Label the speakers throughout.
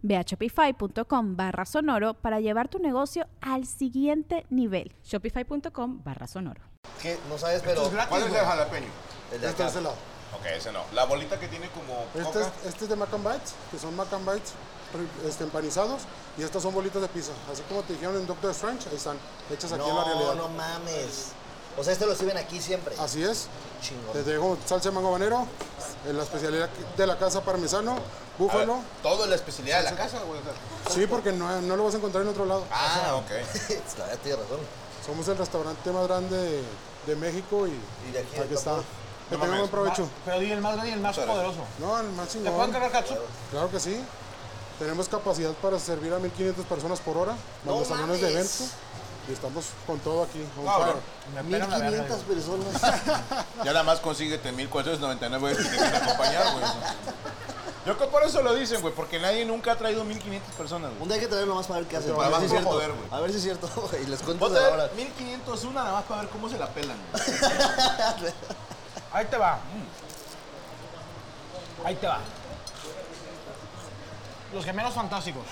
Speaker 1: Ve a shopify.com barra sonoro para llevar tu negocio al siguiente nivel.
Speaker 2: Shopify.com barra sonoro.
Speaker 3: ¿Qué? No sabes, pero...
Speaker 4: es ¿Cuál es el jalapeño?
Speaker 3: El de
Speaker 4: Este
Speaker 3: acá.
Speaker 4: es el lado.
Speaker 5: Ok, ese no. La bolita que tiene como
Speaker 4: Este
Speaker 5: coca.
Speaker 4: es, este es de Mac and Bites, que son Mac and Bites pre- este, empanizados. Y estas son bolitas de pizza. Así como te dijeron en Doctor Strange, ahí están, hechas aquí en la
Speaker 3: No,
Speaker 4: realidad.
Speaker 3: no mames. O sea, este lo sirven aquí siempre.
Speaker 4: Así es.
Speaker 3: Chingón.
Speaker 4: Te dejo salsa de mango banero, eh, la especialidad de la casa parmesano,
Speaker 5: A ver,
Speaker 4: búfalo.
Speaker 5: Todo es la especialidad de la casa, güey.
Speaker 4: Sí, porque no, no lo vas a encontrar en otro lado.
Speaker 5: Ah, ok.
Speaker 3: La verdad, tienes razón.
Speaker 4: Somos el restaurante más grande de, de México y,
Speaker 3: Y de aquí de
Speaker 4: aquí está.
Speaker 3: Cancún.
Speaker 4: Que
Speaker 5: No
Speaker 4: tengan
Speaker 5: mames.
Speaker 4: buen provecho.
Speaker 6: Pero di el más grande y el más
Speaker 5: Muchas gracias.
Speaker 6: poderoso.
Speaker 4: No, el más
Speaker 6: ¿Te pueden
Speaker 4: chingón.
Speaker 6: cargar catsup?
Speaker 4: Claro que sí. Tenemos capacidad para servir a 1500 personas por hora, más
Speaker 3: No
Speaker 4: los salones de
Speaker 3: mames.
Speaker 4: evento. Y estamos con todo aquí. on
Speaker 5: No,
Speaker 4: fire.
Speaker 5: bro.
Speaker 6: Me pelan la verga.
Speaker 3: 1500 personas.
Speaker 5: Ya nada más consíguete 1499 güey, que te quieren acompañar, güey. Yo creo que por eso lo dicen, güey, porque nadie nunca ha traído 1500 personas,
Speaker 3: Un
Speaker 5: güey.
Speaker 3: día hay que traerlo más para ver qué hacen.
Speaker 5: Para
Speaker 3: A ver si es
Speaker 5: abajo,
Speaker 3: cierto.
Speaker 5: joder, güey.
Speaker 3: A ver si es cierto. Y les cuento
Speaker 5: Vos
Speaker 3: de ahora.
Speaker 5: te 1501 nada más para ver cómo se la pelan, güey.
Speaker 6: Ahí te va. Ahí te va. Los gemelos fantásticos.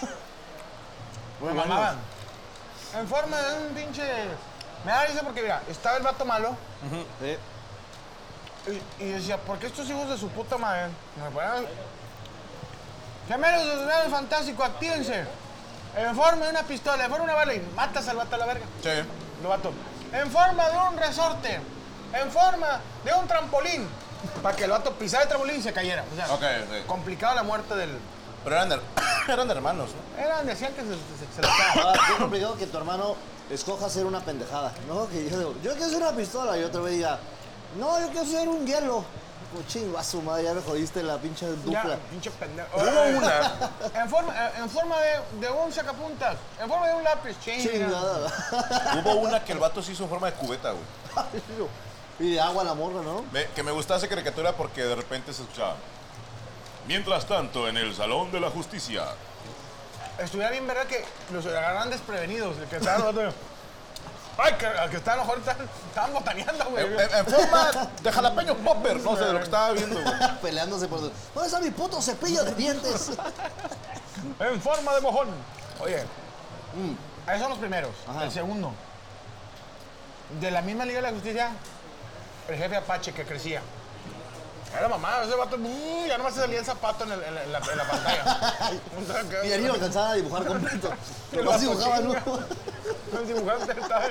Speaker 6: Me mamaban. En forma de un pinche. Me da risa porque, mira, estaba el vato malo. y, y decía, ¿por qué estos hijos de su puta madre? Me ponían- Gemelos de los gemelos fantásticos, actívense. En forma de una pistola, en forma de una bala y matas al vato a la verga.
Speaker 5: Sí.
Speaker 6: Lo vato. En forma de un resorte. En forma de un trampolín. Para que el vato pisara el trampolín y se cayera. O sea,
Speaker 5: Ok, ok.
Speaker 6: complicada la muerte del.
Speaker 5: Pero eran, her- eran hermanos, ¿no?
Speaker 6: Eran, decían que se, se, se
Speaker 5: Ah,
Speaker 3: Ahora, Ah, qué complicado que tu hermano escoja hacer una pendejada. No, que yo digo, yo quiero hacer una pistola. Y otro güey diga, no, yo quiero hacer un hielo. Como chingo a su madre, ya me jodiste la pinche dupla.
Speaker 6: Ya, pinche pendejo.
Speaker 5: Hubo una.
Speaker 6: En forma, eh, en forma de, de un sacapuntas. En forma de un lápiz. Chinga.
Speaker 3: Chingada.
Speaker 5: Hubo una que el vato se hizo en forma de cubeta, güey.
Speaker 3: Y de agua la morra, ¿no?
Speaker 5: Me- que me gustaba esa caricatura porque de repente se escuchaba. Mientras tanto, en el Salón de la Justicia.
Speaker 6: Estuviera bien, ¿verdad? Que los agarran desprevenidos. El que estaban los otros. Ay, que, al que estaban a lo mejor estaban, estaban botaneando, güey.
Speaker 5: En, en- en forma de jalapeño popper, no sé, de lo que estaba viendo, güey.
Speaker 3: Peleándose por... ¿Dónde está mi puto cepillo de dientes?
Speaker 6: En forma de mojón. Oye, esos son los primeros. El segundo. De la misma Liga de la Justicia, el jefe Apache que crecía. Era mamá, ese vato, uh, ya nomás se salía el zapato en, el- en la- en la, en la pantalla.
Speaker 3: Y ahí lo alcanzaba a dibujar completo.
Speaker 6: El
Speaker 3: Lo
Speaker 6: vato
Speaker 3: dibujaba, ¿no?
Speaker 6: chinga. El dibujante estaba-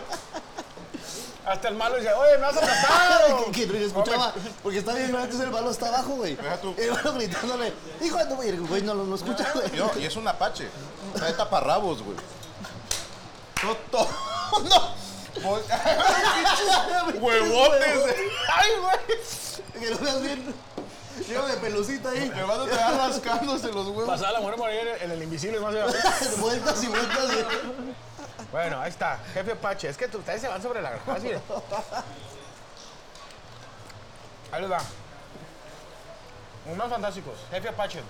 Speaker 6: Hasta el malo decía, oye, me has aplastado.
Speaker 3: que, que escuchaba, porque está bien, antes el balón está abajo, güey.
Speaker 5: Deja tú.
Speaker 3: El balón gritándole, hijo de tu güey, el güey, no lo no escucha, güey.
Speaker 5: Y, no, y es un apache. Está de taparrabos, güey. No, to- no. Pues- Huevotes. eh.
Speaker 6: Ay, güey.
Speaker 3: Que lo veas bien. Lleva de pelucita ahí.
Speaker 5: El vato te va rascándose los huevos.
Speaker 6: Pasaba la mujer por ahí en el, en el invisible. más allá.
Speaker 3: vueltas y vueltas. güey.
Speaker 6: Bueno, ahí está, jefe Apache. Es que tú- ustedes se van sobre la granja, mire. Ahí les va. Unos fantásticos. Jefe Apache.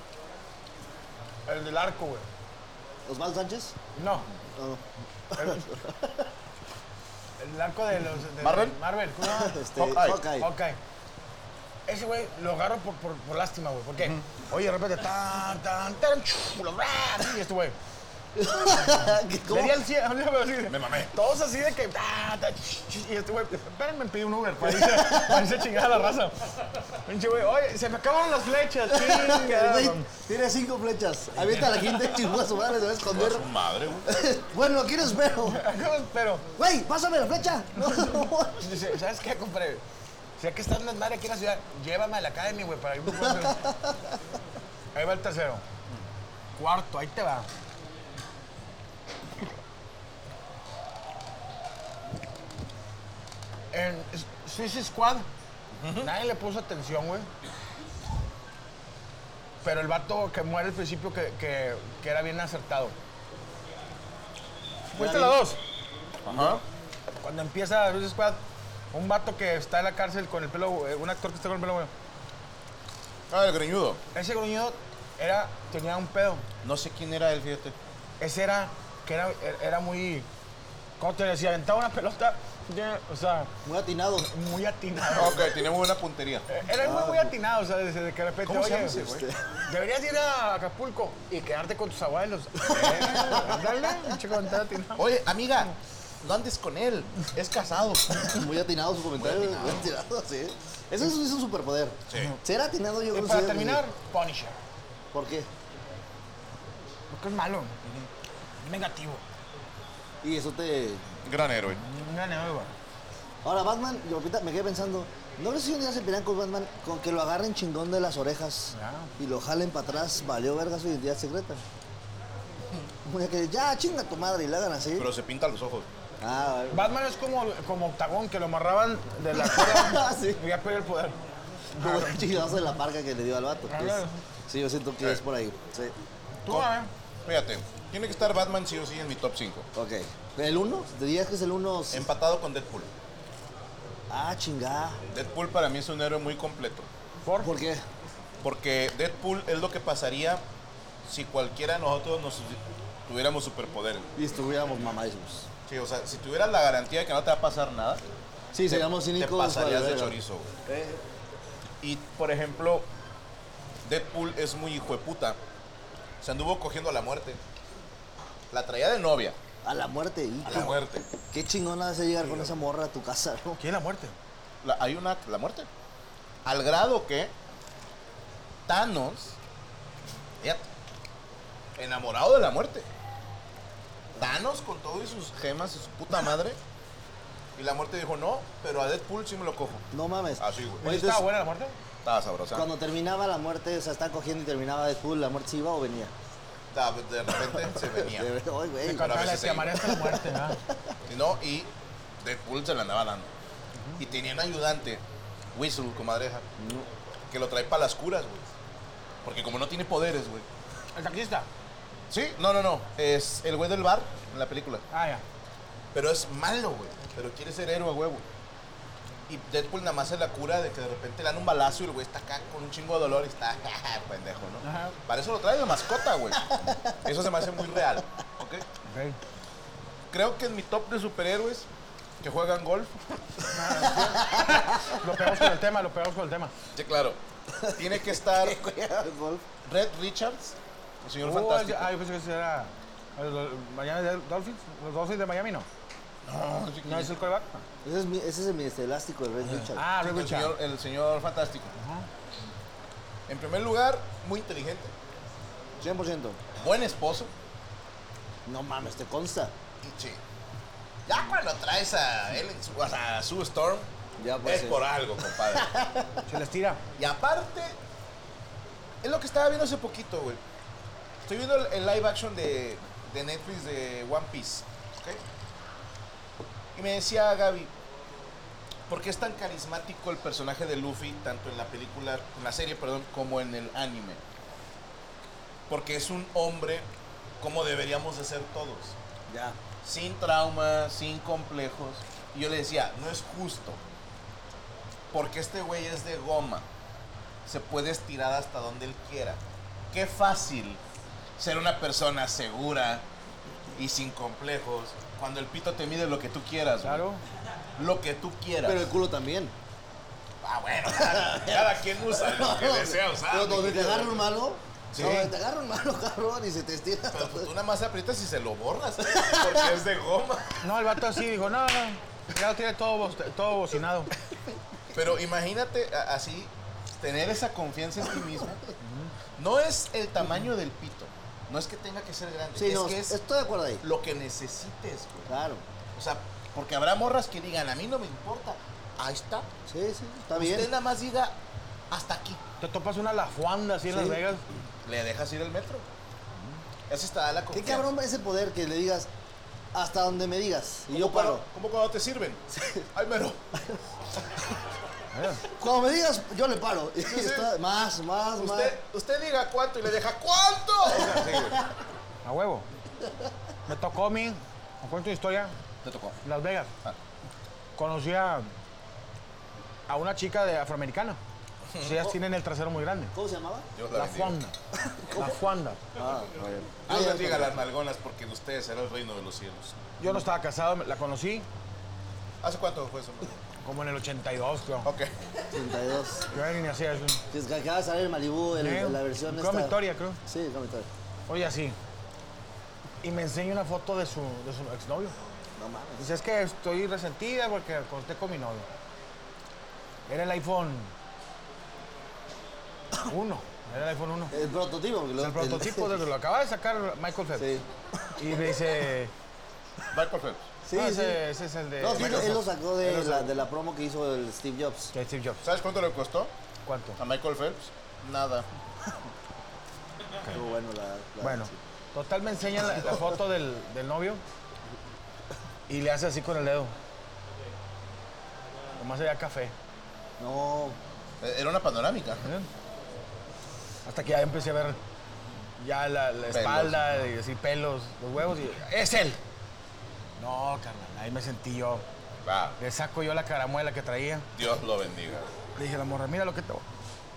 Speaker 6: El del arco, güey.
Speaker 3: Osvaldo Sánchez.
Speaker 6: No. El, el arco de los... de-
Speaker 5: ¿Marvel?
Speaker 6: Marvel. ¿cómo se llama?
Speaker 3: Este,
Speaker 5: Hawkeye.
Speaker 3: Hawkeye.
Speaker 6: Ok. Ese güey lo agarro por, por, por lástima, güey. ¿Por qué? Oye, de repente, tan, tan, tan, chu, lo bra, así, y este güey.
Speaker 3: ¿Cómo?
Speaker 6: Le di al cielo, así.
Speaker 5: Me mamé.
Speaker 6: Todos así de que. ah, ta, ch, ch, y este güey, espérenme, me pide un Uber para irse, para irse a chingar a la raza. Pinche güey, oye, se me acabaron las flechas, chinga.
Speaker 3: Güey, Tiene cinco flechas. Avienta la quinta, chingó a su madre, se va a esconder.
Speaker 5: Su madre, güey.
Speaker 3: bueno, aquí les espero.
Speaker 6: Pero,
Speaker 3: Güey, pásame la flecha. No, no.
Speaker 6: Pues dice, ¿sabes qué, compadre? Si aquí estás en desmadre aquí en la ciudad, llévame a la academia, güey, para irme a hacer. Ahí va el tercero. Cuarto, ahí te va. En Suicide Squad, nadie le puso atención, güey. Pero el vato que muere al principio que, que- que era bien acertado. Fuiste la dos.
Speaker 5: Ajá.
Speaker 6: Cuando empieza Suicide Squad, un vato que está en la cárcel con el pelo, eh, un actor que está con el pelo, güey.
Speaker 5: Ah, el greñudo.
Speaker 6: Ese gruñido era, tenía un pedo.
Speaker 5: No sé quién era él, fíjate.
Speaker 6: Ese era, que era, er, era muy, ¿cómo te decía? Aventaba una pelota, ya, o sea,
Speaker 3: Muy atinado.
Speaker 6: muy atinado.
Speaker 5: Ok, tiene buena puntería.
Speaker 6: Era muy, muy atinado, o sea, desde que de repente,
Speaker 5: ¿Cómo se
Speaker 6: oye,
Speaker 5: llama ese güey?
Speaker 6: deberías ir a Acapulco y quedarte con tus abuelos. Eh, Dale, un chico tan atinado.
Speaker 5: Oye, amiga, no andes con él. Es casado.
Speaker 3: Muy atinado su comentario. Muy atinado, sí. Eso es, es un superpoder.
Speaker 5: Sí.
Speaker 3: Ser atinado yo
Speaker 6: Y
Speaker 3: creo que
Speaker 6: Eh, para
Speaker 3: sí,
Speaker 6: terminar, Punisher,
Speaker 3: ¿Por qué?
Speaker 6: porque es malo, es negativo.
Speaker 3: Y eso te.
Speaker 5: Gran héroe.
Speaker 6: No, no, güey.
Speaker 3: Ahora, Batman, yo ahorita me quedé pensando. ¿No crees que un día se pelean con Batman con que lo agarren chingón de las orejas
Speaker 6: Claro.
Speaker 3: y lo jalen para atrás? Valió verga su identidad secreta. Un día que ya chinga tu madre y la hagan así.
Speaker 5: Pero se pinta los ojos.
Speaker 3: Ah, bueno.
Speaker 6: Batman es como, como Octagón, que lo amarraban de la
Speaker 5: Ah,
Speaker 6: cuerda
Speaker 3: Sí.
Speaker 6: y ya perdió el poder.
Speaker 3: Como el chingazo de la parca que le dio al vato.
Speaker 6: Ah,
Speaker 3: Es-
Speaker 6: claro.
Speaker 3: sí, yo siento que es por ahí. Sí.
Speaker 6: Tú, ah, ¿eh? a ver.
Speaker 5: Fíjate, tiene que estar Batman sí o sí en mi top 5.
Speaker 3: Ok. ¿El 1? ¿Dirías que es el 1?
Speaker 5: Empatado con Deadpool.
Speaker 3: Ah, chingada.
Speaker 5: Deadpool para mí es un héroe muy completo.
Speaker 6: Por,
Speaker 3: ¿Por qué?
Speaker 5: Porque Deadpool es lo que pasaría si cualquiera de nosotros nos tuviéramos superpoderes.
Speaker 3: Y estuviéramos mamadísimos.
Speaker 5: Sí, o sea, si tuvieras la garantía de que no te va a pasar nada,
Speaker 3: Sí, seríamos
Speaker 5: te
Speaker 3: cínicos.
Speaker 5: pasarías
Speaker 3: vale,
Speaker 5: de
Speaker 3: verga.
Speaker 5: chorizo. güey. Y, por ejemplo, Deadpool es muy hijo de puta. Se anduvo cogiendo a la muerte. La traía de novia.
Speaker 3: A la muerte. y
Speaker 5: A
Speaker 3: qué-
Speaker 5: la muerte.
Speaker 3: Qué chingona es llegar con esa morra a tu casa, ¿no?
Speaker 6: ¿Quién es la muerte?
Speaker 5: La- hay una, la muerte. Al grado que Thanos, fíjate, enamorado de la muerte. Thanos con todo y sus gemas y su puta madre. Y la muerte dijo, no, pero a Deadpool sí me lo cojo.
Speaker 3: No mames.
Speaker 5: Así, Ah, güey.
Speaker 3: Oye,
Speaker 6: ¿Está
Speaker 3: entonces,
Speaker 6: buena la muerte?
Speaker 5: Estaba sabrosa.
Speaker 3: cuando terminaba la muerte, o sea, estaba cogiendo y terminaba de full, ¿la muerte se iba o venía?
Speaker 5: Estaba- de repente se venía.
Speaker 3: De ver- Ay, güey.
Speaker 5: Te Pero a
Speaker 6: Cantaba la
Speaker 5: veces
Speaker 6: que
Speaker 5: sí.
Speaker 6: amaré hasta la muerte, ¿no?
Speaker 5: Y No, y Deadpool se la andaba dando. Y tenía un ayudante, Whistle, comadreja, que lo trae para las curas, güey. Porque como no tiene poderes, güey.
Speaker 6: El taxista.
Speaker 5: Sí, no, no, no. Es el güey del bar en la película.
Speaker 6: Ah, ya.
Speaker 5: Pero es malo, güey. Pero quiere ser héroe, huevo. Y Deadpool nada más se la cura de que de repente le dan un balazo y el güey está acá con un chingo de dolor y está pendejo, ¿no?
Speaker 6: Ajá.
Speaker 5: Para eso lo trae de mascota, güey. Eso se me hace muy real, ¿ok?
Speaker 6: Ok.
Speaker 5: Creo que en mi top de superhéroes que juegan golf,
Speaker 6: Lo pegamos con el tema, lo pegamos con el tema.
Speaker 5: sí, claro, tiene que estar
Speaker 3: Al golf.
Speaker 5: Red Richards, el señor
Speaker 6: Uh,
Speaker 5: fantástico.
Speaker 6: ah, yo pensé que ese era. el Dol- Miami Dol- Dolphins, los Dolphins de Miami, ¿no?
Speaker 5: No, sí,
Speaker 6: No es el coreback.
Speaker 3: Ese es, mi, ese es mi este elástico, el Red Richard.
Speaker 6: Ah,
Speaker 5: el,
Speaker 6: Richard.
Speaker 5: señor, el señor fantástico.
Speaker 6: Ajá.
Speaker 5: En primer lugar, muy inteligente,
Speaker 3: 100%.
Speaker 5: buen esposo.
Speaker 3: No mames, te consta.
Speaker 5: Sí. Ya cuando traes a él, en su- o sea, a Sue Storm,
Speaker 3: Ya, pues,
Speaker 5: es
Speaker 3: sí.
Speaker 5: por algo, compadre.
Speaker 6: Se les tira.
Speaker 5: y aparte, es lo que estaba viendo hace poquito, güey. Estoy viendo el, el live action de, de Netflix de One Piece. ¿ok? Y me decía Gaby, ¿por qué es tan carismático el personaje de Luffy, tanto en la película, en la serie, perdón, como en el anime? Porque es un hombre como deberíamos de ser todos
Speaker 3: Ya.
Speaker 5: sin trauma, sin complejos. Y yo le decía, no es justo. Porque este güey es de goma. Se puede estirar hasta donde él quiera. Qué fácil ser una persona segura y sin complejos cuando el pito te mide lo que tú quieras. güey.
Speaker 6: Claro.
Speaker 5: Lo que tú quieras.
Speaker 3: Pero el culo también.
Speaker 5: Ah, bueno, cada, cada quien usa lo que desea usar.
Speaker 3: Pero
Speaker 5: mi
Speaker 3: donde te
Speaker 5: querido.
Speaker 3: agarra un malo,
Speaker 5: Sí.
Speaker 3: No, te agarra un malo, cabrón, y se te estira.
Speaker 5: Pero pues, tú nada más aprietas y se lo borras. Porque es de goma.
Speaker 6: No, el vato así dijo, no, no, ya lo tiene todo, bo- todo bocinado.
Speaker 5: Pero imagínate a- así, tener esa confianza en ti mismo. No es el tamaño del pito. No es que tenga que ser grande.
Speaker 3: Sí,
Speaker 5: es
Speaker 3: no,
Speaker 5: que es
Speaker 3: estoy de acuerdo ahí.
Speaker 5: lo que necesites, güey.
Speaker 3: Claro.
Speaker 5: O sea, porque habrá morras que digan, a mí no me importa. Ahí está.
Speaker 3: Sí, sí, está
Speaker 5: Usted
Speaker 3: bien.
Speaker 5: nada más diga, hasta aquí.
Speaker 6: Te topas una lajuanda así en
Speaker 3: Sí.
Speaker 6: Las Vegas.
Speaker 5: Le dejas ir el metro. Así está la
Speaker 3: Qué
Speaker 5: confianza.
Speaker 3: cabrón ese poder que le digas hasta donde me digas y yo paro.
Speaker 5: ¿Cómo cuando te sirven? Ay, mero.
Speaker 3: Cuando me digas, yo le paro. Y
Speaker 5: sí.
Speaker 3: está- más, más, más.
Speaker 5: Usted, usted diga cuánto y le deja cuánto. O sea, sí, güey.
Speaker 6: A huevo. Me tocó a mí, os cuento una historia,
Speaker 5: Te tocó.
Speaker 6: Las Vegas.
Speaker 5: Ah.
Speaker 6: Conocí a, a una chica de afroamericana. Sí, Ellas tienen el trasero muy grande.
Speaker 3: ¿Cómo se llamaba?
Speaker 5: Dios la
Speaker 6: La
Speaker 5: bendiga.
Speaker 6: Juanda. La Juanda.
Speaker 3: Ah, está bien.
Speaker 5: Dios bendiga las nalgonas porque de ustedes será el reino de los cielos.
Speaker 6: Yo no estaba casado, la conocí
Speaker 5: ¿Hace cuánto fue eso? mero?
Speaker 6: como en el 82, creo.
Speaker 5: Ok.
Speaker 3: 32.
Speaker 6: Yo ni hacía eso.
Speaker 3: Que es que acaba de salir en Malibu el-
Speaker 6: Eh,
Speaker 3: la versión
Speaker 6: Come
Speaker 3: esta.
Speaker 6: Victoria, creo.
Speaker 3: Sí, Come Victoria.
Speaker 6: Oye, así. Y me enseña una foto de su, de su exnovio.
Speaker 3: No mames.
Speaker 6: Dice, Pues es que estoy resentida porque corté con mi novio. Era el iPhone 1. Era el iPhone 1.
Speaker 3: El prototipo. porque
Speaker 6: Es
Speaker 3: lo-
Speaker 6: el prototipo de Ah, lo acaba de sacar Michael Phelps.
Speaker 3: Sí.
Speaker 6: Y me dice,
Speaker 5: Michael Phelps.
Speaker 3: Sí,
Speaker 6: "No,
Speaker 3: sí.
Speaker 6: ese, ese es el de
Speaker 3: No, sí, él lo
Speaker 6: Microsoft".
Speaker 3: sacó
Speaker 6: Eh, Él
Speaker 3: de
Speaker 6: lo
Speaker 3: la,
Speaker 6: sacó.
Speaker 3: de la promo que hizo el Steve Jobs.
Speaker 6: De Steve Jobs.
Speaker 5: ¿Sabes cuánto le costó
Speaker 6: ¿Cuánto?
Speaker 3: Ah,
Speaker 5: a Michael Phelps? Nada.
Speaker 3: Estuvo bueno la. la-
Speaker 6: Bueno,
Speaker 3: sí.
Speaker 6: total me enseña la, la foto del, del novio y le hace así con el dedo. Nomás era café.
Speaker 3: No.
Speaker 5: Eh, Era una panorámica.
Speaker 6: ¿eh? Hasta que ya empecé a ver ya la, la espalda y así pelos, los huevos y es él. No, carnal, ahí me sentí yo.
Speaker 5: Va.
Speaker 6: Le saco yo la caramuela que traía.
Speaker 5: Dios lo bendiga.
Speaker 6: Le dije a la morra, mira lo que te...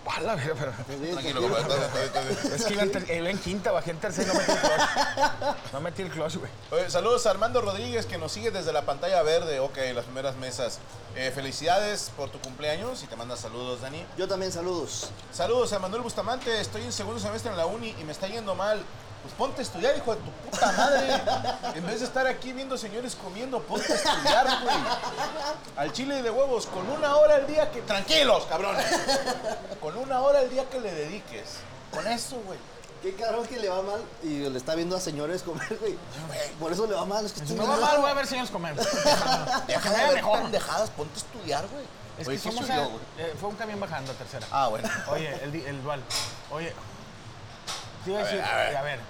Speaker 6: ¡A la verga, pero-
Speaker 3: Pues bien, tranquilo.
Speaker 5: Tranquilo, compadre. Entonces, entonces, entonces.
Speaker 6: Es que iba en, ter- iba en quinta, bajé en tercera y no metí el clutch. No metí el clutch, güey.
Speaker 5: Oye, saludos a Armando Rodríguez que nos sigue desde la pantalla verde. Ok, las primeras mesas. Eh, felicidades por tu cumpleaños y te manda saludos, Dani.
Speaker 3: Yo también saludos.
Speaker 5: Saludos a Manuel Bustamante. Estoy en segundo semestre en la uni y me está yendo mal. Pues ponte a estudiar, hijo de tu puta madre. En vez de estar aquí viendo señores comiendo, ponte a estudiar, güey. Al chile de huevos, con una hora al día que. ¡Tranquilos, cabrones! Con una hora al día que le dediques. Con eso, güey.
Speaker 3: Qué cabrón que le va mal y le está viendo a señores comer, güey. Por eso le va mal. Es que estoy
Speaker 6: No va mal, voy a ver señores comer.
Speaker 5: Deja de ver pendejadas, ponte a estudiar, güey.
Speaker 6: Es
Speaker 5: Oye,
Speaker 6: que
Speaker 5: ¿qué
Speaker 6: somos
Speaker 5: subió,
Speaker 6: a-
Speaker 5: güey?
Speaker 6: eh, fue un camión bajando a tercera.
Speaker 5: Ah, bueno.
Speaker 6: Oye, el, di- el dual. Oye. Te iba a
Speaker 5: A ver,
Speaker 6: decir,
Speaker 5: a ver.
Speaker 6: eh, a ver.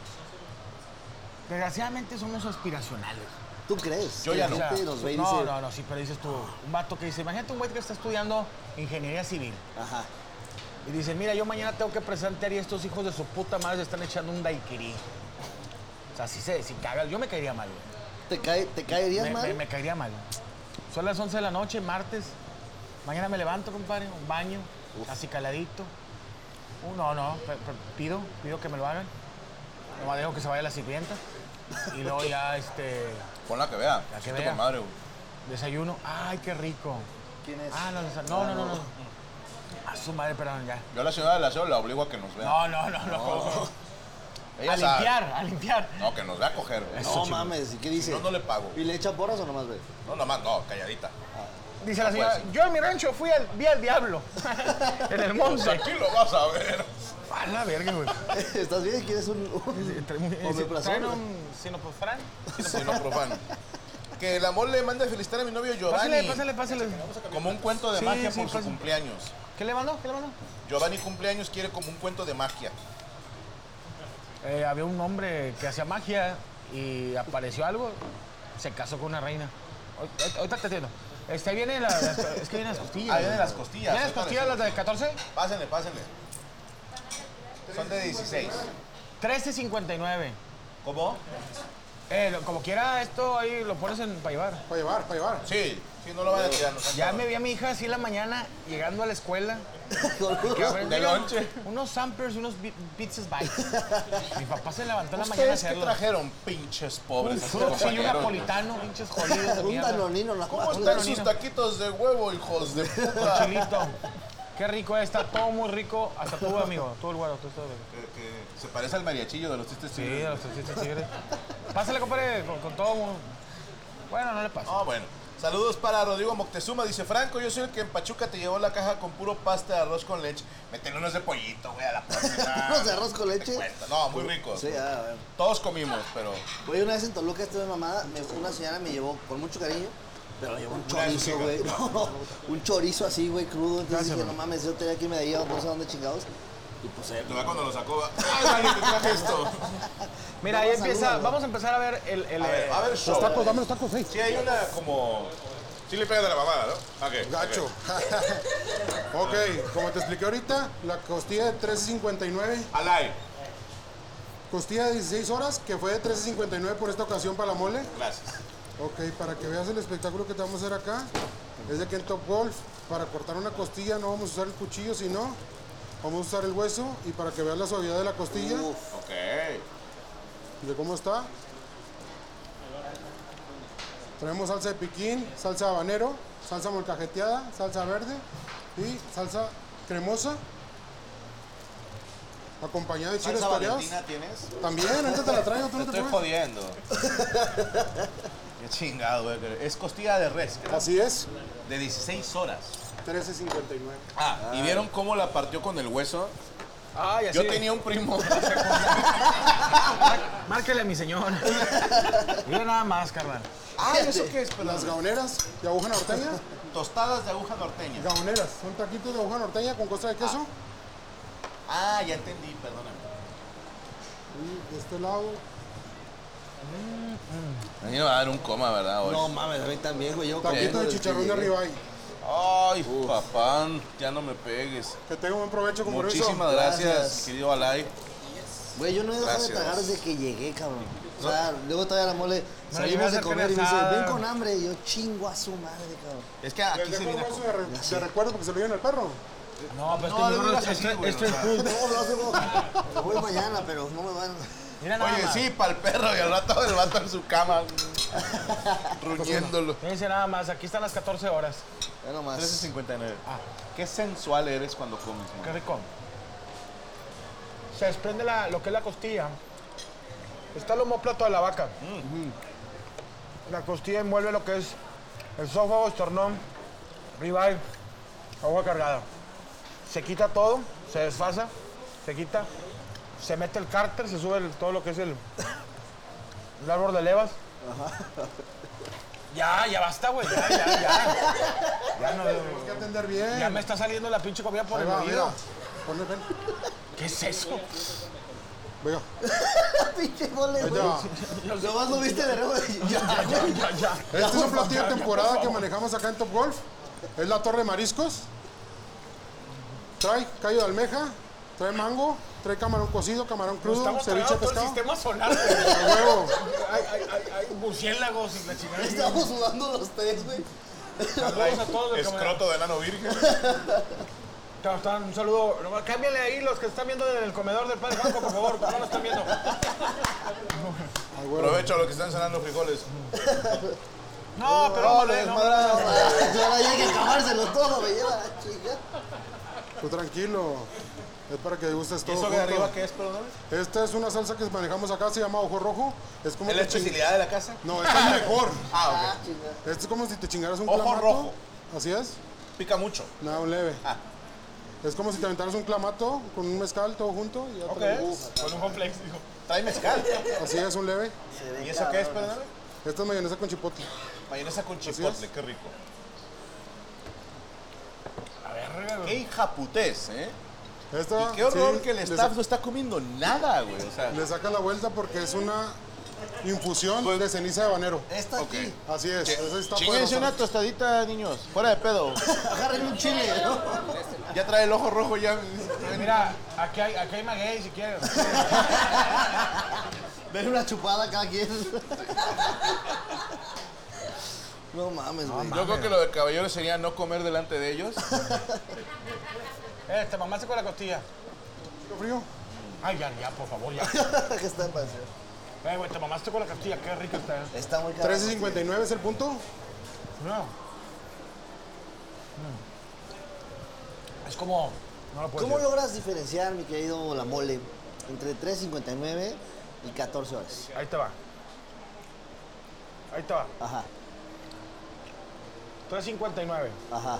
Speaker 6: Desgraciadamente somos aspiracionales.
Speaker 3: ¿Tú crees?
Speaker 5: Yo
Speaker 3: Que
Speaker 5: ya
Speaker 3: la
Speaker 5: no.
Speaker 3: gente nos ve y
Speaker 6: no,
Speaker 3: dice,
Speaker 6: no, no, sí, pero dices tú, un vato que dice, imagínate un güey que está estudiando ingeniería civil
Speaker 3: Ajá.
Speaker 6: y dice, mira, yo mañana tengo que presentar y estos hijos de su puta madre se están echando un daiquiri. O sea, si se, si caga, yo me caería mal, güey.
Speaker 3: ¿Te, cae, te caerías
Speaker 6: Me,
Speaker 3: mal?
Speaker 6: me- me caería mal. Son las 11 de la noche, martes. Mañana me levanto, compadre, un baño, así caladito. Uh, no, no, pe- pe- pido, pido que me lo hagan. Nomás dejo que se vaya la sirvienta. Y luego ya, este,
Speaker 5: Ponla que vea.
Speaker 6: La
Speaker 5: Sí,
Speaker 6: que
Speaker 5: tu
Speaker 6: vea.
Speaker 5: madre, güey.
Speaker 6: desayuno. ¡Ay, qué rico!
Speaker 3: ¿Quién es?
Speaker 6: Ah, no, no, no, no, no. no. A su madre, perdón, ya.
Speaker 5: Yo a la señora de la show la obligo a que nos vea.
Speaker 6: No, no, no, no.
Speaker 5: Ella
Speaker 6: A
Speaker 5: sabe.
Speaker 6: limpiar, a limpiar.
Speaker 5: No, que nos vea a coger, güey.
Speaker 3: No mames, ¿y qué dice?
Speaker 5: Si no, no le pago.
Speaker 3: ¿Y le echa porras o nomás ve?
Speaker 5: No, nada más, no, calladita.
Speaker 6: Dice la señora,
Speaker 5: pues, sí.
Speaker 6: yo en mi rancho fui al, vi al diablo. en el monte.
Speaker 5: Aquí lo vas a ver.
Speaker 6: A la verga, güey.
Speaker 3: ¿Estás bien? ¿Quieres un, un omeprazol?
Speaker 6: Eh, ¿Traen un sinopofrán?
Speaker 5: Sí, no, profano. Que el amor le mande a felicitar a mi novio Giovanni.
Speaker 6: Pásale, pásale, pásale.
Speaker 5: Como un cuento de
Speaker 6: Sí,
Speaker 5: magia
Speaker 6: sí,
Speaker 5: por su
Speaker 6: pásale.
Speaker 5: cumpleaños.
Speaker 6: ¿Qué le mandó? ¿Qué le mandó?
Speaker 5: Giovanni cumpleaños quiere como un cuento de magia.
Speaker 6: Eh, había un hombre que hacía magia y apareció algo, se casó con una reina. Ahor- ahor- Ahorita te entiendo. Este, ahí viene la, la- es que vienen las costillas.
Speaker 5: Ah, vienen
Speaker 6: güey.
Speaker 5: las costillas,
Speaker 6: ¿Vienen las
Speaker 5: ahorita
Speaker 6: costillas las de 14?
Speaker 5: Pásenle, pásenle. Son de 16.
Speaker 6: 13.59.
Speaker 5: ¿Cómo?
Speaker 6: Eh, lo- como quiera, esto ahí lo pones en, para llevar.
Speaker 4: Para llevar, para llevar.
Speaker 5: Sí, sí, no lo van a tirar. nos han
Speaker 6: Ya
Speaker 5: dado.
Speaker 6: me vi a mi hija así en la mañana llegando a la escuela. que a ver,
Speaker 5: De
Speaker 6: mira,
Speaker 5: lonche.
Speaker 6: Unos samplers y unos bi- pizzas bites. Mi papá se levantó en la mañana a
Speaker 5: ¿Ustedes qué
Speaker 6: hacerlo.
Speaker 5: trajeron, pinches pobres?
Speaker 6: Un
Speaker 5: a sus
Speaker 6: frutti y un
Speaker 5: compañeros?
Speaker 6: napolitano, pinches jodidos de
Speaker 3: Un
Speaker 6: mierda.
Speaker 3: danonino, la
Speaker 5: ¿Cómo
Speaker 3: cual.
Speaker 5: están
Speaker 6: Danonino.
Speaker 5: sus taquitos de huevo, hijos de
Speaker 6: Con
Speaker 5: puta?
Speaker 6: chilito. Qué rico eh, está, todo muy rico. Hasta tú, amigo. Tú el guaro, tú estás rico.
Speaker 5: Que, que se parece al mariachillo de los chistes
Speaker 6: Sí,
Speaker 5: chidos.
Speaker 6: a los salchichas tigres. Pásale, compadre, con, con todo. mu- Bueno, no le pasa.
Speaker 5: Ah, bueno. Saludos para Rodrigo Moctezuma. Dice Franco, yo soy el que en Pachuca te llevó la caja con puro pasta de arroz con leche. Métele unos de pollito, güey, a la próxima.
Speaker 3: ¿Unos de arroz con
Speaker 5: ¿Qué te
Speaker 3: leche?
Speaker 5: cuesta? No, muy rico.
Speaker 3: Sí, ah, bueno.
Speaker 5: Todos comimos, pero
Speaker 3: Güey, una vez en Toluca estuve mamada, me- una señora me llevó con mucho cariño, pero me llevó un
Speaker 5: Una
Speaker 3: chorizo,
Speaker 5: giga.
Speaker 3: güey. No, no, un chorizo así, güey, crudo. Entonces
Speaker 6: Gracias,
Speaker 3: dije,
Speaker 6: bro.
Speaker 3: no mames, yo tenía que irme de ahí a no sé dónde chingados. Y pues eh,
Speaker 5: te va cuando lo sacó. va, ¡Ay, vale, te traje esto!
Speaker 6: Mira, ahí
Speaker 3: Vamos a
Speaker 6: empieza.
Speaker 3: saludos,
Speaker 6: Vamos a empezar a ver el. el,
Speaker 5: A ver,
Speaker 6: eh,
Speaker 5: a ver,
Speaker 4: Los
Speaker 5: show.
Speaker 4: tacos, dame los tacos, sí.
Speaker 5: Sí, hay una como... Sí le pegas de la mamada, ¿no? Ok,
Speaker 4: Gacho.
Speaker 5: ok.
Speaker 4: ok, como te expliqué ahorita, la costilla de 13.59,
Speaker 5: Alay.
Speaker 4: costilla de 16 horas, que fue de 13.59 por esta ocasión para la mole.
Speaker 5: Gracias.
Speaker 4: Ok, para que veas el espectáculo que te vamos a hacer acá, es de que en Top Golf, para cortar una costilla no vamos a usar el cuchillo, sino vamos a usar el hueso y para que veas la suavidad de la costilla,
Speaker 5: Ok.
Speaker 4: de cómo está. Traemos salsa de piquín, salsa habanero, salsa molcajeteada, salsa verde y salsa cremosa. Acompañada de chiles
Speaker 5: ¿Salsa
Speaker 4: toreados.
Speaker 5: Valentina tienes?
Speaker 4: También, ahorita te la traigo, tú
Speaker 5: Te
Speaker 4: no te
Speaker 5: estoy
Speaker 4: preocupes.
Speaker 5: jodiendo. Qué chingado, güey. Es costilla de res, ¿verdad?
Speaker 4: Así es,
Speaker 5: De 16 horas.
Speaker 4: 13.59.
Speaker 5: Ah, ¿y vieron cómo la partió con el hueso?
Speaker 6: Ay, así.
Speaker 5: ah, Yo tenía un primo.
Speaker 6: Márquele a mi señora. Mira nada más, carnal.
Speaker 5: ah, ¿eso qué es?
Speaker 4: Las gaoneras de aguja norteña.
Speaker 5: Tostadas de aguja norteña.
Speaker 4: Gaoneras, son taquitos de aguja norteña con costra de queso.
Speaker 5: Ah, ya entendí, perdóname.
Speaker 4: Y de este lado,
Speaker 5: A mí me va a dar un coma, ¿verdad? Hoy?
Speaker 3: no mames, a mí también, güey. Yo
Speaker 4: taquito de chicharrón de arriba ahí.
Speaker 5: Ay, papán, ya no me pegues.
Speaker 4: Que tenga buen provecho con
Speaker 5: Muchísimas gracias,
Speaker 3: Gracias.
Speaker 5: querido Alay.
Speaker 3: Güey, yo no he dejado de
Speaker 5: Gracias.
Speaker 3: tragar desde que llegué, cabrón. O sea, luego todavía la mole,
Speaker 6: No,
Speaker 3: salimos
Speaker 6: llevas
Speaker 3: de
Speaker 6: la
Speaker 3: comer y me dice,
Speaker 6: carne
Speaker 3: ven
Speaker 6: asada.
Speaker 3: con hambre. Y yo chingo a su madre, cabrón.
Speaker 5: Es que aquí
Speaker 4: Les
Speaker 5: se
Speaker 4: dejo
Speaker 5: viene
Speaker 4: el
Speaker 5: a
Speaker 4: hueso
Speaker 5: comer.
Speaker 4: de, re- de recuerdo porque se lo dieron al perro.
Speaker 6: No, pero
Speaker 5: No, no
Speaker 6: este burro
Speaker 5: digas
Speaker 6: es-
Speaker 5: así,
Speaker 6: esto-
Speaker 5: güey,
Speaker 6: esto
Speaker 5: o
Speaker 6: es
Speaker 5: sea.
Speaker 6: food.
Speaker 3: No, no, no, no. Voy mañana, pero no me van.
Speaker 6: Mira nada
Speaker 5: Oye,
Speaker 6: más.
Speaker 5: sí, pa'l perro y al rato el vato en su cama. ruñéndolo.
Speaker 6: Fíjense nada más, aquí están las 14 horas.
Speaker 3: Ya nomás.
Speaker 5: 13.59. Ah. Qué sensual eres cuando comes, man.
Speaker 6: Qué rico. Se desprende la- lo que es la costilla. Está el homóplato de la vaca. La costilla envuelve lo que es el sófago, estornón, ribeye, agua cargada. Se quita todo, se desfasa, se quita, se mete el cárter, se sube el- todo lo que es el, el árbol de levas. Ya, ya basta, güey. Ya, ya, ya. Ya, no,
Speaker 4: Hay que atender bien.
Speaker 6: ya me está saliendo la pinche comida por
Speaker 4: Ahí
Speaker 6: el
Speaker 4: va,
Speaker 6: oído.
Speaker 4: mira. Ponle, ven.
Speaker 6: ¿Qué es eso?
Speaker 4: Venga.
Speaker 3: Pinche mole,
Speaker 4: Ahí te
Speaker 3: güey.
Speaker 4: va.
Speaker 3: Nomás lo viste de nuevo. y Ya, güey.
Speaker 6: Ya, ya.
Speaker 4: Este es un platillo de temporada que manejamos acá en Top Golf. Es la torre de mariscos. Trae callo de almeja, trae mango, trae camarón cocido, camarón crudo,
Speaker 6: Estamos
Speaker 4: ceviche de
Speaker 6: tragando todo el
Speaker 4: pescado.
Speaker 6: sistema solar.
Speaker 4: A huevo.
Speaker 6: Hay, hay, hay, hay murciélagos y la chingada.
Speaker 3: Estamos sudando los tres, güey.
Speaker 6: Saludos a todos. los que me-
Speaker 5: Escroto de enano virgen.
Speaker 6: Claro, están- Un saludo. Nomás Cámbiale ahí los que están viendo en el comedor del Padre Franco, por favor. No lo están viendo.
Speaker 4: A huevo.
Speaker 5: Aprovecho lo que están cenando frijoles.
Speaker 6: No, pero
Speaker 5: No,
Speaker 6: hombre,
Speaker 5: les
Speaker 6: no,
Speaker 5: madra-
Speaker 6: no, no.
Speaker 3: Ahora hay que acabárselo todo, me lleva la chica.
Speaker 4: Tú tranquilo. Es para que gustes todo.
Speaker 5: ¿Eso que de
Speaker 4: junto.
Speaker 5: arriba qué es, perdón?
Speaker 4: Esta es una salsa que manejamos acá, se llama ojo rojo. Es como
Speaker 5: ¿Es la
Speaker 4: que ching-
Speaker 5: especialidad de la casa?
Speaker 4: No, esta es mejor.
Speaker 5: Ah,
Speaker 3: Ah, chica.
Speaker 4: Esto es como si te chingaras un
Speaker 5: Ojo
Speaker 4: clamato.
Speaker 5: rojo.
Speaker 4: Así es.
Speaker 5: ok. Pica mucho.
Speaker 4: Nada, un leve.
Speaker 5: Ah.
Speaker 4: Es como si te aventaras un clamato con un mezcal todo junto. Y ya te
Speaker 6: Ok.
Speaker 4: lo-
Speaker 6: Con un complex, dijo.
Speaker 5: Trae mezcal.
Speaker 4: Así es, un leve.
Speaker 3: Se ve
Speaker 5: ¿Y eso qué es,
Speaker 3: cabrón.
Speaker 5: perdón?
Speaker 4: Esta es mayonesa con chipotle.
Speaker 5: Mayonesa con
Speaker 4: es.
Speaker 5: chipotle, qué rico.
Speaker 6: A ver,
Speaker 5: Qué hijaputez, ¿eh?
Speaker 4: Esta,
Speaker 3: Ah,
Speaker 5: Y qué horror
Speaker 4: sí,
Speaker 5: que el
Speaker 4: le
Speaker 5: staff
Speaker 4: sa-
Speaker 5: no está comiendo nada, güey. O sea,
Speaker 4: Le saca la vuelta porque es una infusión
Speaker 5: Pues
Speaker 4: de ceniza de habanero.
Speaker 3: Esta
Speaker 5: Ok.
Speaker 3: aquí.
Speaker 4: Así es. Esa está
Speaker 5: chinguense
Speaker 4: poderosa.
Speaker 5: una tostadita, niños. Fuera de pedo.
Speaker 3: Agarren un chile, ¿no?
Speaker 5: Ya trae el ojo rojo ya.
Speaker 6: mira, aquí hay, aquí hay maguey si quieren.
Speaker 3: Ven una chupada cada quien. No mames, güey.
Speaker 5: Yo creo que lo de caballero sería no comer delante de ellos.
Speaker 6: Este, mamá se con la costilla.
Speaker 4: frío.
Speaker 6: Ay, ya, ya, por favor, ya.
Speaker 3: ¿Qué está pasando?
Speaker 6: Eh, güey, te mamaste con la costilla, qué rica está.
Speaker 3: Está muy caro.
Speaker 4: 13.59 es el
Speaker 6: Mm.
Speaker 4: punto.
Speaker 6: No. Es como. No lo puedo
Speaker 3: ¿Cómo
Speaker 6: decir.
Speaker 3: logras diferenciar, mi querido La Mole, entre 3.59 y 14 horas?
Speaker 6: Ahí te va. Ahí te va.
Speaker 3: Ajá,
Speaker 6: 3.59.
Speaker 3: ajá.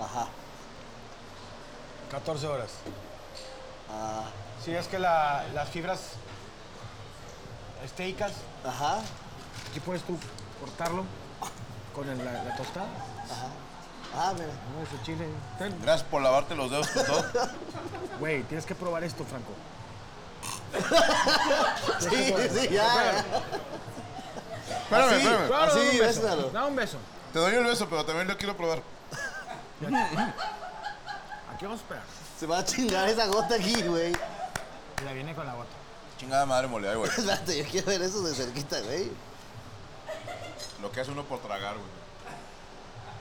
Speaker 3: Ajá,
Speaker 6: 14 horas.
Speaker 3: ah,
Speaker 6: Si es que la- las fibras esteicas,
Speaker 3: ajá,
Speaker 6: aquí puedes tú cortarlo con el- la, la tostada.
Speaker 3: ajá, mira.
Speaker 6: No, ese chile. Ten.
Speaker 5: Gracias por lavarte los dedos con todo.
Speaker 6: Güey, tienes que probar esto, Franco.
Speaker 3: Sí, sí, ya.
Speaker 5: Espérame,
Speaker 3: Así,
Speaker 5: espérame.
Speaker 6: Claro,
Speaker 3: Así,
Speaker 6: dame un beso.
Speaker 3: bésalo.
Speaker 6: Dame un beso.
Speaker 5: Te doy el beso, pero también lo quiero probar.
Speaker 6: Aquí vamos a esperar.
Speaker 3: Se va a chingar esa gota aquí, güey.
Speaker 6: Y la viene con la bota.
Speaker 5: Chingada madre mole, ay, güey.
Speaker 3: Espérate, yo quiero ver eso de cerquita, güey.
Speaker 5: Lo que hace uno por tragar, güey.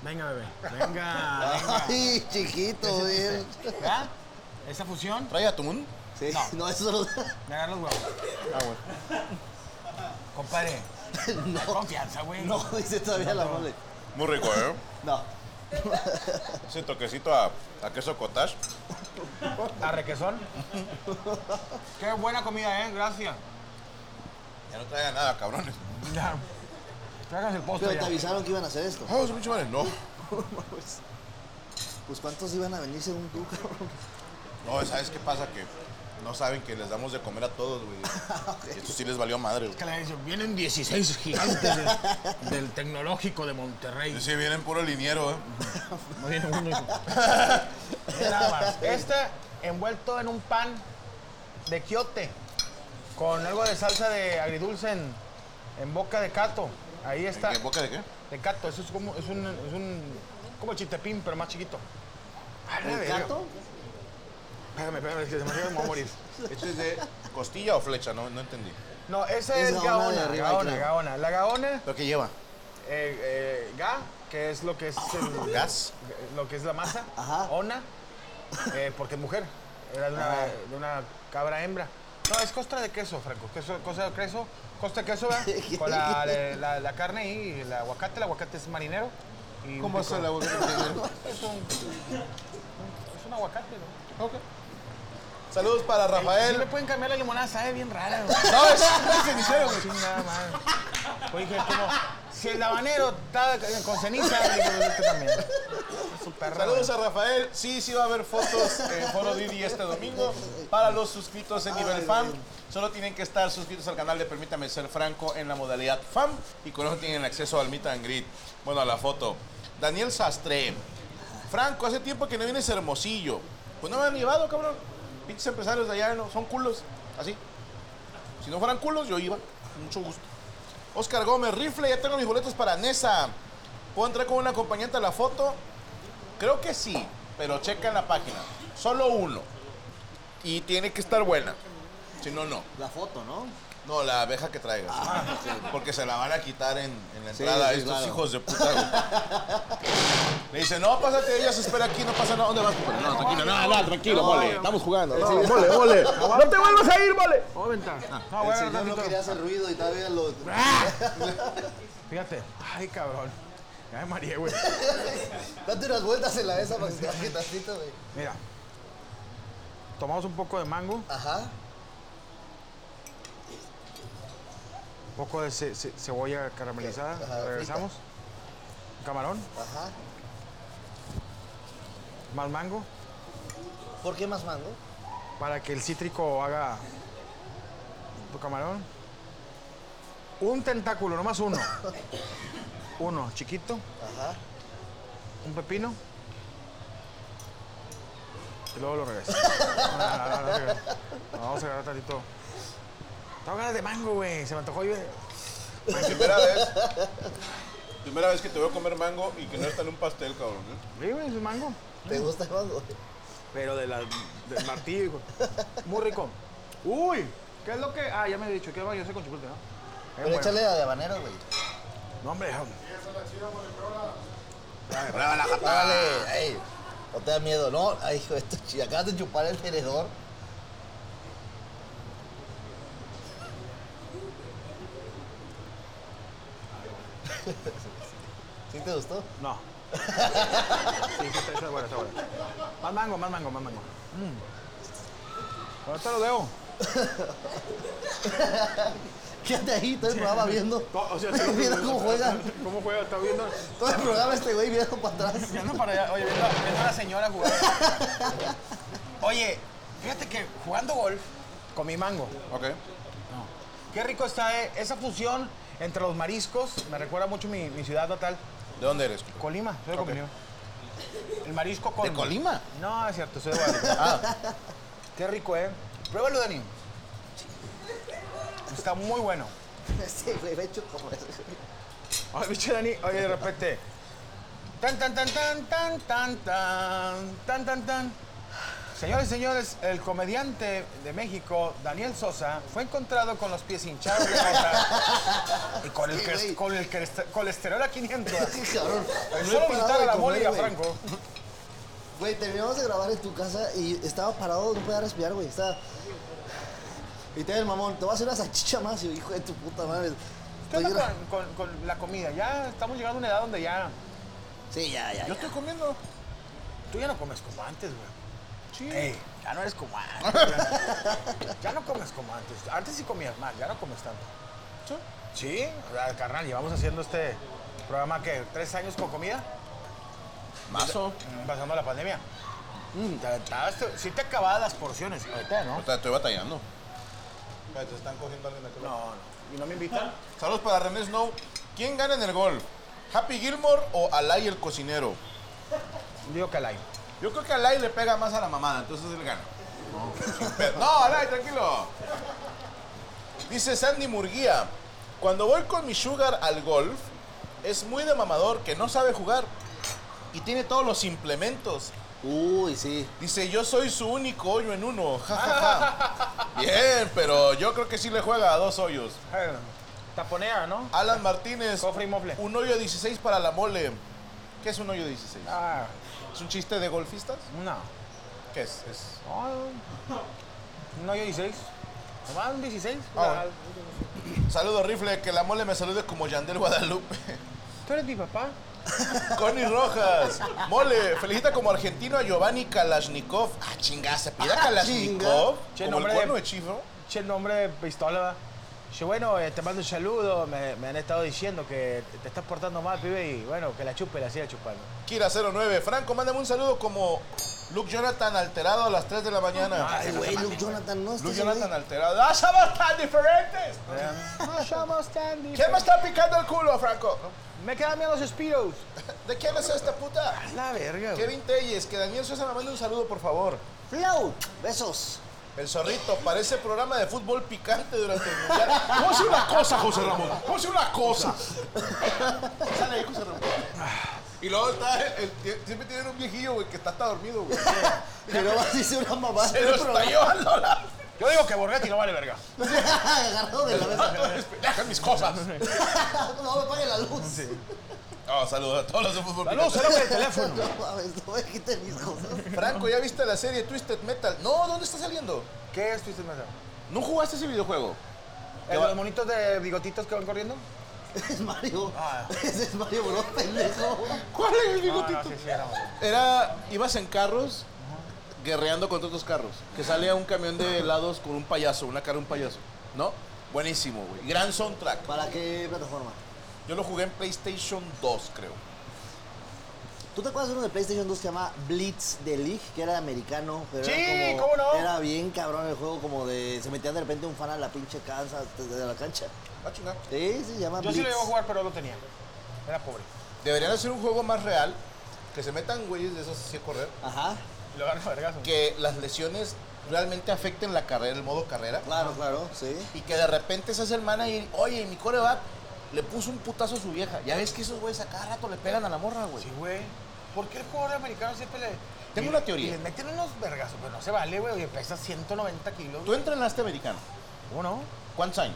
Speaker 6: Venga, bebé. Ah, Venga. este.
Speaker 3: Ay, chiquito, bien.
Speaker 6: ¿Verdad? Esa fusión.
Speaker 5: ¿Trae atún?
Speaker 3: Sí, no, eso no.
Speaker 6: Me agarra los huevos.
Speaker 5: Ah, güey.
Speaker 6: Compadre. No. Confianza, güey.
Speaker 3: No, dice todavía la mole.
Speaker 5: Muy rico, ¿eh?
Speaker 3: No.
Speaker 5: Ese toquecito a, a queso cottage.
Speaker 6: A requesón. Qué buena comida, ¿eh? Gracias.
Speaker 5: Ya no traiga nada, cabrones.
Speaker 6: Ya. Tráiganse el postre
Speaker 3: Pero te
Speaker 6: ya.
Speaker 3: avisaron que iban a hacer esto.
Speaker 5: Oh, su pinche madre. No,
Speaker 3: Pues cuántos iban a venir según tú, cabrón.
Speaker 5: no, ¿sabes qué pasa? Que no saben que les damos de comer a todos, güey. Y Esto sí les valió madre, güey.
Speaker 6: Que le dicen, vienen 16 gigantes de- del tecnológico de Monterrey.
Speaker 5: Y Sí, vienen puro liniero, ¿eh?
Speaker 6: No viene uno. hijo. Mira Nada más. Este envuelto en un pan de quiote con algo de salsa de agridulce en, en boca de cato. Ahí está.
Speaker 5: ¿En qué boca de qué?
Speaker 6: De cato. Eso es como es un, es un como chitepín, pero más chiquito. Ah, la
Speaker 3: ¿El
Speaker 6: verga.
Speaker 3: gato?
Speaker 6: Espérame, espérame, es que se me olvidó, me voy a morir.
Speaker 5: ¿Este es de costilla o flecha? No, no entendí.
Speaker 6: No, esa
Speaker 3: Es
Speaker 6: es,
Speaker 3: la ona de
Speaker 6: gaona,
Speaker 3: arriba,
Speaker 6: gaona,
Speaker 3: creo.
Speaker 6: gaona. La gaona, eh,
Speaker 5: ¿Lo que lleva?
Speaker 6: eh, ga, que es lo que es el
Speaker 5: ¿Gas?
Speaker 6: lo que es la masa,
Speaker 3: Ajá.
Speaker 6: ona, eh, porque es mujer, era de una, de una cabra hembra. No, es costra de queso, Franco, queso, cosa de queso, costa de queso, ¿verdad? Con la, eh, la- la carne y el aguacate, el aguacate es marinero. Y un pico- Es un, es un aguacate, ¿no?
Speaker 5: Saludos para
Speaker 6: Sí
Speaker 5: Rafael.
Speaker 6: le pueden cambiar la limonada, sabe bien rara, güey.
Speaker 5: No, es es cenicero, güey.
Speaker 6: Chingada madre. Oye, que como, si el habanero está con ceniza, digo, este también. Es un perro.
Speaker 5: Saludos a Rafael. Sí, sí va a haber fotos en Foro Didi este domingo para los suscritos en nivel FAM. Solo tienen que estar suscritos al canal de Permítame Ser Franco en la modalidad FAM y con eso tienen acceso al Meet and Greet. Bueno, a la foto. Daniel Sastre. Franco, hace tiempo que no vienes hermosillo. Pues no me han llevado, cabrón. Pinches empresarios de allá no, son culos. Así. Si no fueran culos, yo iba. Con mucho gusto. Oscar Gómez, rifle, ya tengo mis boletos para Nesa. ¿Puedo entrar con una acompañante a la foto? Creo que sí, pero checa en la página. Solo uno. Y tiene que estar buena. Si no, no.
Speaker 3: La foto, ¿no? Ah,
Speaker 5: No, la abeja que traigas. Porque se la van a quitar en, en la
Speaker 3: Sí,
Speaker 5: entrada.
Speaker 3: sí,
Speaker 5: Estos
Speaker 3: claro.
Speaker 5: hijos de puta. güey. Le dice, no, pásate, ella se espera aquí, no pasa nada. ¿Dónde vas? compadre? No, tranquilo, no, no, tranquilo, mole. Estamos jugando. No, mole, mole.
Speaker 6: ¡No te vuelvas a ir, vale! Oh, venta. No,
Speaker 3: El
Speaker 6: bueno,
Speaker 3: señor no
Speaker 6: ratito.
Speaker 3: quería hacer ruido y todavía lo.
Speaker 6: Fíjate. Ay, cabrón. Ya me mareé, güey.
Speaker 3: Date unas vueltas en la mesa para que te baje tantito, güey.
Speaker 6: Mira. Tomamos un poco de mango, un
Speaker 3: Ajá.
Speaker 6: poco de ce- ce- cebolla caramelizada.
Speaker 3: Ajá, frita.
Speaker 6: Regresamos. Camarón,
Speaker 3: Ajá.
Speaker 6: más mango,
Speaker 3: ¿Por qué más mango?
Speaker 6: para que el cítrico haga tu camarón. Un tentáculo, nomás uno. Uno, chiquito.
Speaker 3: Ajá.
Speaker 6: un pepino y luego lo regreso. No, no, no, no, no, no. Vamos a agarrar tantito. Tengo ganas de mango, güey. Se me antojó yo.
Speaker 5: Primera vez. Primera vez que te veo comer mango y que no está en un pastel, cabrón. ¿eh?
Speaker 6: Sí, güey, es un mango.
Speaker 3: ¿Te gusta el mango?
Speaker 6: Pero de la, del martillo. güey. Muy rico. Uy, ¿qué es lo que...? Ah, ya me he dicho. ¿Qué es lo que yo sé con chipotle, no? Es
Speaker 3: Pero
Speaker 6: bueno.
Speaker 3: échale a de habanero, güey.
Speaker 6: No, hombre. hombre.
Speaker 5: Prueba la jata.
Speaker 6: Ah.
Speaker 3: Dale, ey. No te da miedo, ¿no? Ay, hijo, esto chi- acabas de chupar el tenedor. ¿Sí te gustó?
Speaker 6: No. Sí, sí, está, está bueno, está bueno. Más mango, más mango, más mango. Mm. Ahorita lo veo.
Speaker 3: Quédate ahí, todo el programa viendo. viendo cómo juegan.
Speaker 6: ¿Cómo juega? Está viendo.
Speaker 3: Todo el programa este güey viendo para atrás.
Speaker 6: Mirando para allá, oye, viendo, viendo a la señora jugar. Oye, fíjate que jugando golf con mi mango.
Speaker 5: Ok.
Speaker 6: Qué rico está eh, esa fusión entre los mariscos. Me recuerda mucho mi, mi ciudad natal,
Speaker 5: ¿De dónde eres?
Speaker 6: Colima. Soy de
Speaker 5: Ok.
Speaker 6: Colima. El marisco con.
Speaker 5: ¿De Colima?
Speaker 6: No, es cierto, soy de Guadalajara.
Speaker 3: Ah.
Speaker 6: Qué rico, ¿eh? Pruébalo, Dani. Está muy bueno.
Speaker 3: Ese güey me hecho como eso.
Speaker 6: Ay, bicho, Dani, oye, de repente. Tan, tan, tan, tan, tan, tan, tan, tan, tan, tan. Señores y señores, el comediante de México, Daniel Sosa, fue encontrado con los pies hinchados de gota y con el,
Speaker 3: Sí,
Speaker 6: cres-
Speaker 3: güey.
Speaker 6: con el crest- colesterol a 500.
Speaker 3: Qué cabrón. No he
Speaker 6: Solo
Speaker 3: parado
Speaker 6: visitar a
Speaker 3: de
Speaker 6: la
Speaker 3: comer,
Speaker 6: mole y a
Speaker 3: güey.
Speaker 6: Franco.
Speaker 3: Güey, terminamos de grabar en tu casa y estaba parado, no podía respirar, güey. Estaba. Y te ve el mamón, te voy a hacer una salchicha más, y yo, hijo de tu puta madre.
Speaker 6: ¿Qué
Speaker 3: Estoy
Speaker 6: onda
Speaker 3: gra-
Speaker 6: con, con- con la comida? Ya estamos llegando a una edad donde ya.
Speaker 3: Sí, ya, ya.
Speaker 6: Yo
Speaker 3: ya.
Speaker 6: estoy comiendo. Tú ya no comes como antes, güey. Sí. ya no eres como antes. güey. ya no comes como antes. Antes sí comías mal, ya no comes tanto. Sí. Sí, o sea, carnal, llevamos haciendo este programa que tres años con comida, Mm,
Speaker 5: Mazo.
Speaker 6: pasando la pandemia. Mm, Te aventabas, te- sí te acababas las porciones. Ahorita, ¿no?
Speaker 5: O sea, estoy batallando.
Speaker 6: Te están cogiendo alguien de No, no. ¿Y no me invitan?
Speaker 5: Saludos para René Snow. ¿Quién gana en el gol? ¿Happy Gilmore o Alay el cocinero?
Speaker 6: Digo que al aire.
Speaker 5: Yo creo que Alay le pega más a la mamada, entonces él gana. No, Alay, tranquilo. Dice Sandy Murguía, cuando voy con mi sugar al golf, es muy de mamador que no sabe jugar y tiene todos los implementos.
Speaker 3: Uy, sí.
Speaker 5: Dice, yo soy su único hoyo en uno. Ja, ja, ja. Bien, pero yo creo que sí le juega a dos hoyos.
Speaker 6: Eh, Taponea, ¿no?
Speaker 5: Alan Martínez,
Speaker 6: Cofre y mofle.
Speaker 5: un hoyo 16 para la mole. ¿Qué es un hoyo 16?
Speaker 6: Ah,
Speaker 5: ¿Es un chiste de golfistas?
Speaker 6: no.
Speaker 5: ¿Qué es? Es-
Speaker 6: Ah, No, yo 16. Nomás un 16.
Speaker 5: Ah,
Speaker 6: La-
Speaker 5: bueno. Saludos, Rifle, que la mole me salude como Yandel Guadalupe.
Speaker 6: Tú eres mi papá.
Speaker 5: Connie Rojas, mole, felicita como argentino a Giovanni Kalashnikov. Ah, chinga, se pida Kalashnikov. Como
Speaker 6: Che,
Speaker 5: el
Speaker 6: nombre de-
Speaker 5: cuerno de chifro.
Speaker 6: Che, el nombre de pistola. ¿verdad? Che, bueno, eh, te mando un saludo. Me, me han estado diciendo que te estás portando mal, pibe. Y bueno, que la chupe, la siga chupando.
Speaker 5: Kira09, Franco, mándame un saludo como Luke Jonathan alterado a las 3 de la mañana.
Speaker 3: Ay, güey, Luke Jonathan, ¿no?
Speaker 5: Luke
Speaker 3: Este
Speaker 5: Jonathan alterado. ¡Ah, somos tan diferentes!
Speaker 6: No somos tan dif-
Speaker 5: ¿Quién me está picando el culo, Franco?
Speaker 6: Me quedan miedo los Spiros.
Speaker 5: ¿De quién es esta puta?
Speaker 6: La verga, güey.
Speaker 5: Kevin Telles, que Daniel Sosa me mande un saludo, por favor.
Speaker 3: güey- Flau, besos.
Speaker 5: El zorrito parece programa de fútbol picante durante el mundial. Vamos a hacer una cosa, José Ramón. Vamos a hacer una cosa. Sale ahí, José Ramón. Y luego está el, el- siempre tienen un viejillo, güey, que está hasta dormido, güey.
Speaker 3: Pero luego dice una mamá.
Speaker 5: Se lo está llevando la.
Speaker 6: Yo digo que Borghetti no vale verga.
Speaker 3: Agarrado de la mesa.
Speaker 5: Deja mis cosas.
Speaker 3: No me apague la luz.
Speaker 5: Ah, saludos a todos los de fútbol
Speaker 6: La
Speaker 5: picante.
Speaker 6: luz, el hombre del teléfono.
Speaker 3: No mames, no me quiten mis cosas.
Speaker 5: Franco, ¿ya viste la serie Twisted Metal? No, ¿dónde está saliendo?
Speaker 6: ¿Qué es Twisted Metal?
Speaker 5: ¿No jugaste ese videojuego?
Speaker 6: ¿El de los monitos de bigotitos que van corriendo?
Speaker 3: Es Mario.
Speaker 6: Ah.
Speaker 3: Ese es Mario Bros, pendejo.
Speaker 5: ¿Cuál es el bigotito?
Speaker 6: sí, sí, era.
Speaker 5: Era, ibas en carros guerreando contra otros carros. Que salía un camión de helados con un payaso, una cara de un payaso. ¿No? Buenísimo, güey. Gran soundtrack.
Speaker 3: ¿Para qué plataforma?
Speaker 5: Yo lo jugué en PlayStation 2, creo.
Speaker 3: ¿Tú te acuerdas de uno de PlayStation 2 que se llama Blitz the League? Que era americano, pero
Speaker 6: Sí,
Speaker 3: era como...
Speaker 6: ¿cómo no?
Speaker 3: Era bien cabrón el juego, como de... Se metían de repente un fan a la pinche cancha, de la cancha.
Speaker 5: Ah, chingada.
Speaker 3: Sí, sí, se llama
Speaker 6: Yo
Speaker 3: Blitz.
Speaker 6: sí lo iba a jugar, pero no tenía. Era pobre.
Speaker 5: Deberían hacer un juego más real. Que se metan güeyes de esos así a correr.
Speaker 3: Ajá,
Speaker 6: Lo ganó vergazo.
Speaker 5: Que las lesiones realmente afecten la carrera, el modo carrera.
Speaker 3: claro, claro, sí.
Speaker 5: Y que de repente se hace el manager. Oye, mi coreback le puso un putazo a su vieja. Ya ves que esos güeyes a cada rato le pegan a la morra, güey.
Speaker 6: Sí, güey. ¿Por qué el jugador americano siempre le.
Speaker 5: Tengo
Speaker 6: y-
Speaker 5: una teoría.
Speaker 6: Y le meten unos vergazos, pero no se vale, güey. Oye, pesa 190 kilos.
Speaker 5: Tú entrenaste este americano.
Speaker 6: ¿Cómo no?
Speaker 5: ¿Cuántos años?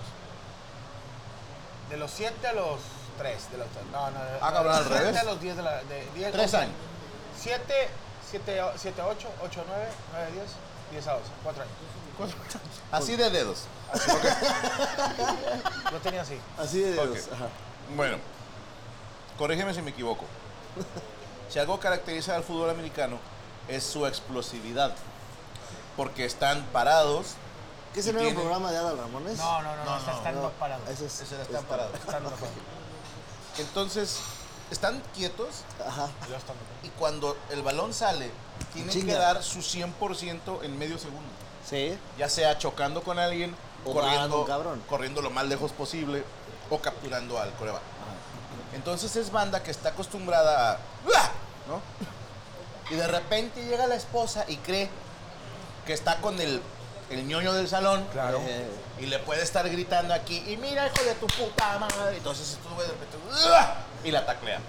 Speaker 6: De los 7 a los 3. De los tres. No, no.
Speaker 5: Ah, cabrón,
Speaker 6: no, de
Speaker 5: al
Speaker 6: los siete
Speaker 5: revés.
Speaker 6: a los 10 de la. De, 10,
Speaker 5: Tres años.
Speaker 6: 7, 7, 7 a 8, 8 a 9, 9 a 10, 10 a 12. 4 años.
Speaker 5: Así de dedos.
Speaker 6: Yo tenía así.
Speaker 3: Así de dedos.
Speaker 5: Ok. Bueno, corrígeme si me equivoco. Si algo caracteriza al fútbol americano es su explosividad. Porque están parados.
Speaker 3: ¿Qué es el
Speaker 5: y
Speaker 3: nuevo
Speaker 5: tienen-
Speaker 3: programa de Adal Ramones?
Speaker 6: No, no, no, no,
Speaker 5: No,
Speaker 6: está
Speaker 5: no,
Speaker 6: estando
Speaker 3: no,
Speaker 6: parado.
Speaker 3: ese es-
Speaker 5: Ese era
Speaker 3: está-
Speaker 5: están parados.
Speaker 6: Estando parado.
Speaker 5: Entonces, están quietos
Speaker 3: Ajá.
Speaker 6: Ya estando parado.
Speaker 5: y cuando el balón sale, tienen
Speaker 3: Chinga.
Speaker 5: que dar su 100% en medio segundo.
Speaker 3: Sí.
Speaker 5: Ya sea chocando con alguien,
Speaker 3: O dando
Speaker 5: corriendo,
Speaker 3: un cabrón.
Speaker 5: corriendo lo más lejos posible o capturando al coreback. Entonces es banda que está acostumbrada a... "Uah", ¿no? Y de repente llega la esposa y cree que está con el, el ñoño del salón
Speaker 6: Claro.
Speaker 3: Eh,
Speaker 5: y le puede estar gritando aquí, y mira, hijo de tu puta madre. Entonces tú de repente, "Uah", y la taclea.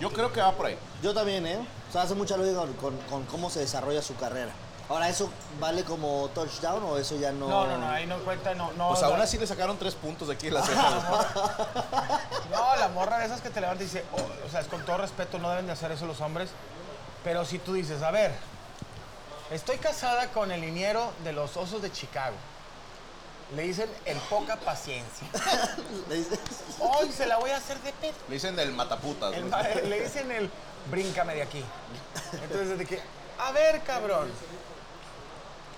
Speaker 5: Yo creo que va por ahí.
Speaker 3: Yo también, ¿eh? O sea, hace mucha lógica con, con- con cómo se desarrolla su carrera. Ahora, ¿eso vale como touchdown o eso ya no...?
Speaker 6: No, no, no, ahí no cuenta, no, no.
Speaker 5: Pues
Speaker 6: no,
Speaker 5: aún así le sacaron tres puntos de aquí en la ceja.
Speaker 6: No, la morra de esas que te levanta y dice, "Oh", o sea, es con todo respeto, no deben de hacer eso los hombres. Pero si tú dices, a ver, estoy casada con el liniero de los osos de Chicago. Le dicen el poca paciencia.
Speaker 3: Le dices-
Speaker 6: Hoy se la voy a hacer de pedo.
Speaker 5: Le dicen el mataputas.
Speaker 6: El
Speaker 5: güey.
Speaker 6: ma- le dicen el bríncame de aquí. Entonces, de que, a ver, cabrón.